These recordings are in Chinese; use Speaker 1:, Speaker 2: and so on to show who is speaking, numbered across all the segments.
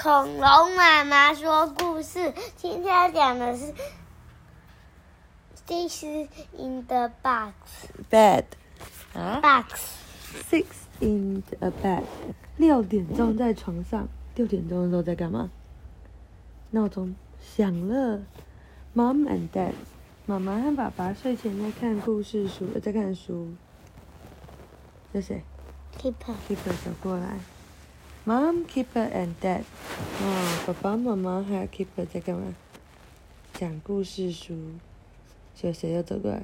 Speaker 1: 恐龙妈妈说故事，今天讲的是《This is in the box
Speaker 2: bed 啊
Speaker 1: box
Speaker 2: ，six in a bed，六点钟在床上，六点钟的时候在干嘛？闹钟响了，mom and dad，妈妈和爸爸睡前在看故事书，呃在看书。这谁
Speaker 1: keeper
Speaker 2: ？Keeper 走过来，mom Keeper and dad，哦，爸爸妈妈还有 Keeper 在干嘛？讲故事书，就谁又走过来？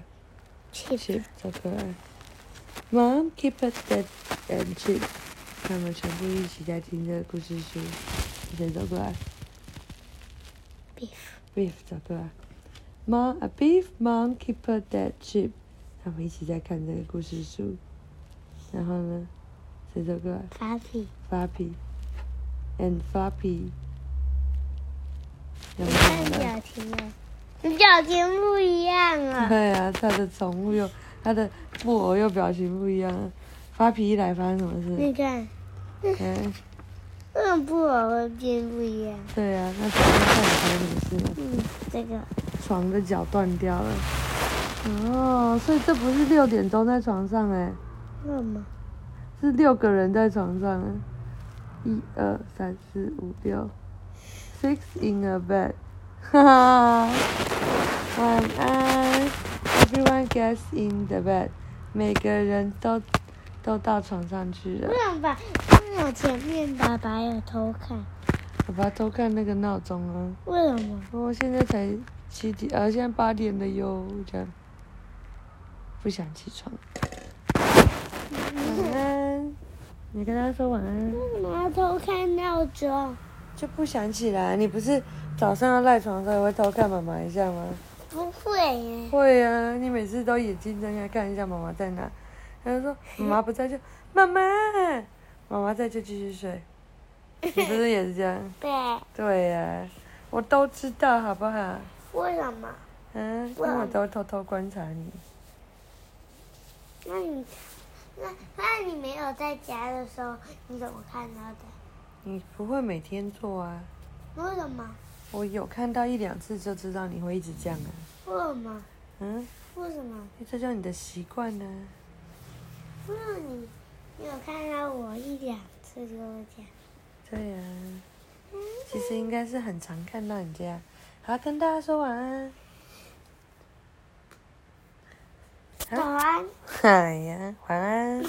Speaker 1: keeper
Speaker 2: Chip 走过来，Mom keep it dead and Chip，他们全部一起在听这个故事书。谁走过来
Speaker 1: beef
Speaker 2: ？Beef 走过来，Mom a beef mom keep it dead Chip，他们一起在看这个故事书。然后呢，谁走过来
Speaker 1: puppy
Speaker 2: ？Floppy and Floppy，
Speaker 1: 你
Speaker 2: 有没有
Speaker 1: 看
Speaker 2: 了？
Speaker 1: 表情啊，你表情不一样啊，
Speaker 2: 对啊，他的宠物又，他的布偶又表情不一样了。发脾气来发生什么事？
Speaker 1: 你看，
Speaker 2: 嗯，
Speaker 1: 为什么布偶会变不一样？
Speaker 2: 对啊，那床上到底发生什么事呢？
Speaker 1: 嗯，这个
Speaker 2: 床的脚断掉了。哦，所以这不是六点钟在床上哎、
Speaker 1: 为什么？
Speaker 2: 是六个人在床上哎、一二三四五六，six in a bed，哈 哈。晚安，everyone gets in the bed，每个人都都到床上去了
Speaker 1: 为。什么把为什么前面爸爸有偷看？
Speaker 2: 爸爸偷看那个闹钟啊，
Speaker 1: 为什么？
Speaker 2: 哦，现在才七点，呃，现在八点了哟，这样不想起床。晚安，你跟他说晚安，
Speaker 1: 为什么要偷看闹钟？
Speaker 2: 就不想起来。你不是早上要赖床的时候也会偷看妈妈一下吗？
Speaker 1: 不会耶。
Speaker 2: 会啊，你每次都眼睛睁开看一下妈妈在哪，他就 说妈妈不在就妈妈，妈妈在就继续睡。你不是也是这样？
Speaker 1: 对，
Speaker 2: 对呀、我都知道，好不好？
Speaker 1: 为什么？
Speaker 2: 嗯，因为我都偷偷观察你。
Speaker 1: 那你，那那你没有在家的时候，你怎么看到的？
Speaker 2: 你不会每天做啊？
Speaker 1: 为什么？
Speaker 2: 我有看到一两次就知道你会一直这样啊。
Speaker 1: 为什么？
Speaker 2: 嗯，
Speaker 1: 为什么？
Speaker 2: 这叫你的习惯啊呢、
Speaker 1: 为什么你，你有看到我一两次就嗯会这样？
Speaker 2: 对呀、其实应该是很常看到你这样。好，跟大家说晚安。
Speaker 1: 早安。
Speaker 2: 哎呀，晚安。